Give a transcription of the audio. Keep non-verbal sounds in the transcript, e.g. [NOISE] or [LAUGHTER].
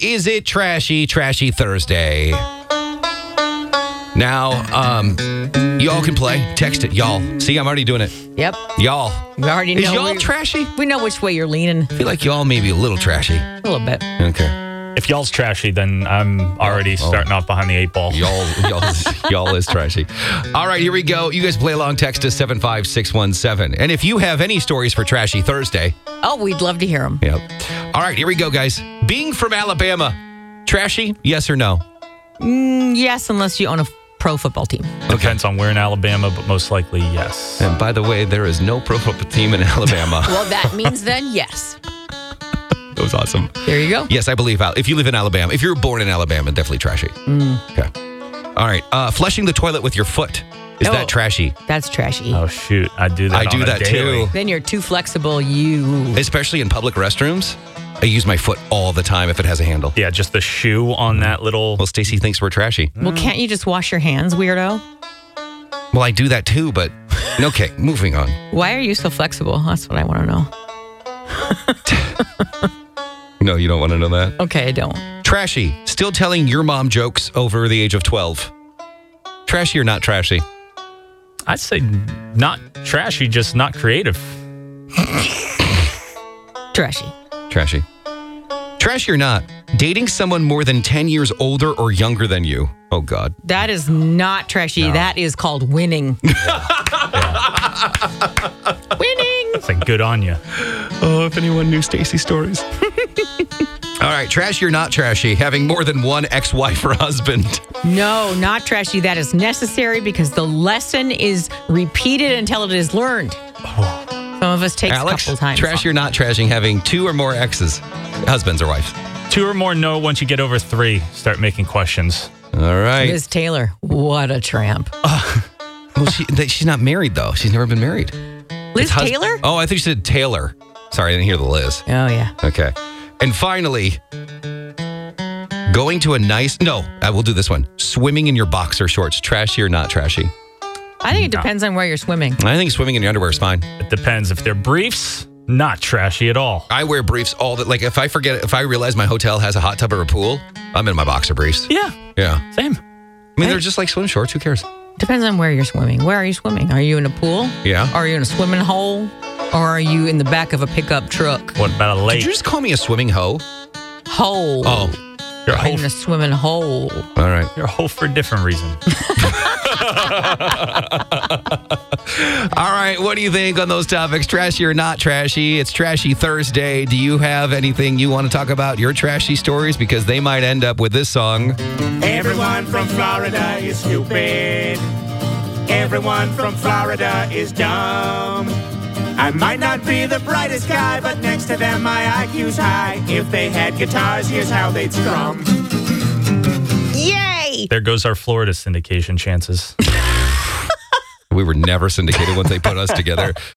Is it trashy, trashy Thursday? Now, um, y'all can play. Text it, y'all. See, I'm already doing it. Yep. Y'all. We already know. Is y'all we- trashy? we know which way you're leaning I feel like y'all may be a little trashy. a little bit. Okay. If y'all's trashy, then I'm already Oh. starting off behind the eight ball. Y'all, [LAUGHS] y'all, y'all is trashy. All right, here we go. You guys play along. Text us 75617. And if you have any stories for Trashy Thursday, Oh, we'd love to hear them. Yep. All right, here we go, guys. Being from Alabama, trashy? Yes or no? Yes, unless you own a pro football team. Depends on where in Alabama, but most likely yes. And by the way, there is no pro football team in [LAUGHS] Alabama. Well, that means then yes. that was awesome. There you go. Yes, I believe Al- if you live in Alabama, if you were born in Alabama, definitely trashy. Mm. Okay. All right. Uh, flushing the toilet with your foot is Oh. that trashy? That's trashy. Oh shoot, I do that. I do on a that daily. too, Then you're too flexible. You. especially in public restrooms. I use my foot all the time if it has a handle. Yeah, just the shoe on Mm. that little. Well, Stacy thinks we're trashy. Well, can't you just wash your hands, weirdo? Well, I do that too, but [LAUGHS] okay. Moving on. Why are you so flexible? That's what I want to know. No, you don't want to know that. Okay, I don't. Trashy. Still telling your mom jokes over the age of 12. Trashy or not trashy? I'd say not trashy, just not creative. Trashy. Trashy. Trashy or not? Dating someone more than 10 years older or younger than you. Oh, God. That is not trashy. That is called [LAUGHS] winning. winning. It's like good on you. Oh, if anyone knew Stacy stories. All right, trashy or not trashy? Having more than one ex wife or husband. No, not trashy. That is necessary because the lesson is repeated until it is learned. Some of us take a Alex, couple times. trashy or not trashing? Having two or more exes, husbands or wives. [SIGHS] Two or more no. Once you get over three, start making questions. All right. Liz Taylor, what a tramp. Oh, Well, she, that- she's not married, though. She's never been married. Liz Hus- Taylor? Oh, I think she said Taylor. Sorry, I didn't hear the Liz. Oh, yeah. Okay. And finally, going to a nice, no, I will do this one. Swimming in your boxer shorts, trashy or not trashy? I think it depends on where you're swimming. I think swimming in your underwear is fine. It depends if they're briefs. Not trashy at all. I wear briefs all the, like if I forget, if I realize my hotel has a hot tub or a pool, I'm in my boxer briefs. Yeah, Yeah. same. I mean, they're just like swim shorts. Who cares? Depends on where you're swimming. Where are you swimming? Are you in a pool? Yeah. Are you in a swimming hole? Or are you in the back of a pickup truck? What about a Did lake? you just call me a swimming hoe? Hole. Oh, You're In whole, a swimming hole. all right. you're whole for a different reason. All right. What do you think on those topics? Trashy or not trashy? It's Trashy Thursday. Do you have anything you want to talk about? Your trashy stories? Because they might end up with this song. Everyone from Florida is stupid. Everyone from Florida is dumb. I might not be the brightest guy, but next to them my IQ's high. If they had guitars, here's how they'd strum. Yay! there goes our Florida syndication chances. [LAUGHS] We were never syndicated once they put us together.